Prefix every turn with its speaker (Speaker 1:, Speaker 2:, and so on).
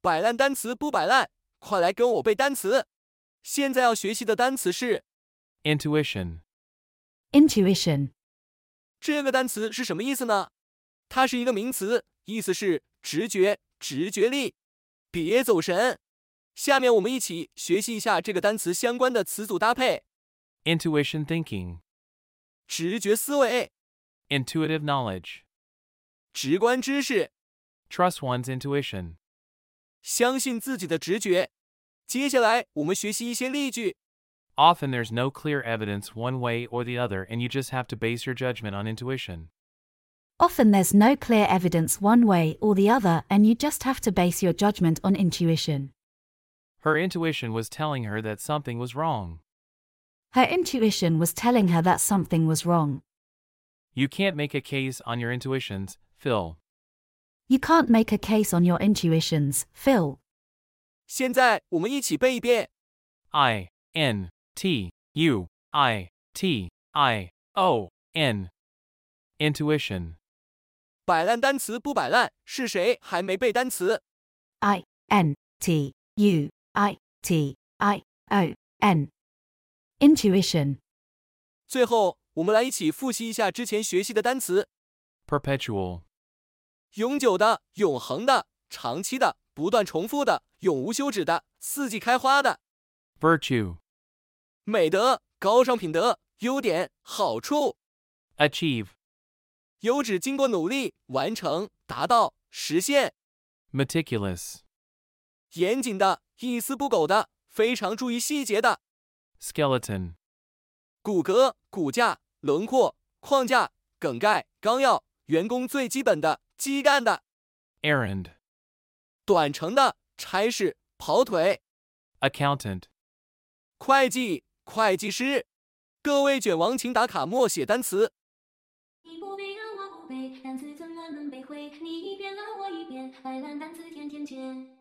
Speaker 1: 摆烂单词不摆烂，快来跟我背单词。现在要学习的单词是
Speaker 2: intuition,
Speaker 3: intuition,
Speaker 1: 这个单词是什么意思呢？它是一个名词，意思是直觉、直觉力。别走神，下面我们一起学习一下这个单词相关的词组搭配：
Speaker 2: intuition thinking,
Speaker 1: 直觉思维、
Speaker 2: intuitive knowledge,
Speaker 1: 直观知识、
Speaker 2: trust one's intuition.
Speaker 1: 相信自己的直觉。接下来我们学习一些例句。
Speaker 2: Often there's no clear evidence one way or the other, and you just have to base your judgment on intuition.
Speaker 3: Often there's no clear evidence one way or the other, and you just have to base your judgment on intuition.
Speaker 2: Her intuition was telling her that something was wrong.
Speaker 3: Her intuition was telling her that something was wrong.
Speaker 2: You can't make a case on your intuitions, Phil.
Speaker 3: You can't make a case on your intuitions, Phil.
Speaker 1: 现在我们一起背一遍。
Speaker 2: I N T U I T I O N. Intuition.
Speaker 1: 摆烂单词不摆烂，是谁还没背单词？
Speaker 3: I N T U I T I O N. Intuition.
Speaker 1: 最后，我们来一起复习一下之前学习的单词：
Speaker 2: Perpetual.
Speaker 1: 永久的、永恒的、长期的、不断重复的、永无休止的、四季开花的、
Speaker 2: Virtue.
Speaker 1: 美德、高尚品德、优点、好处，
Speaker 2: Achieve.
Speaker 1: 有指经过努力完成、达到、实现，
Speaker 2: Meticulous.
Speaker 1: 严谨的、一丝不苟的、非常注意细节的。
Speaker 2: Skeleton.
Speaker 1: 骨骼、骨架、轮廓、框架、梗概、纲要、员工最基本的、基干的、
Speaker 2: Errand.
Speaker 1: 短程的、差事、跑腿、
Speaker 2: Accountant.
Speaker 1: 会计、会计师。各位卷王，请打卡默写单词。
Speaker 4: 你不背啊，我不背，单词怎么能背会？你一遍啊，我一遍，白烂单词天天见。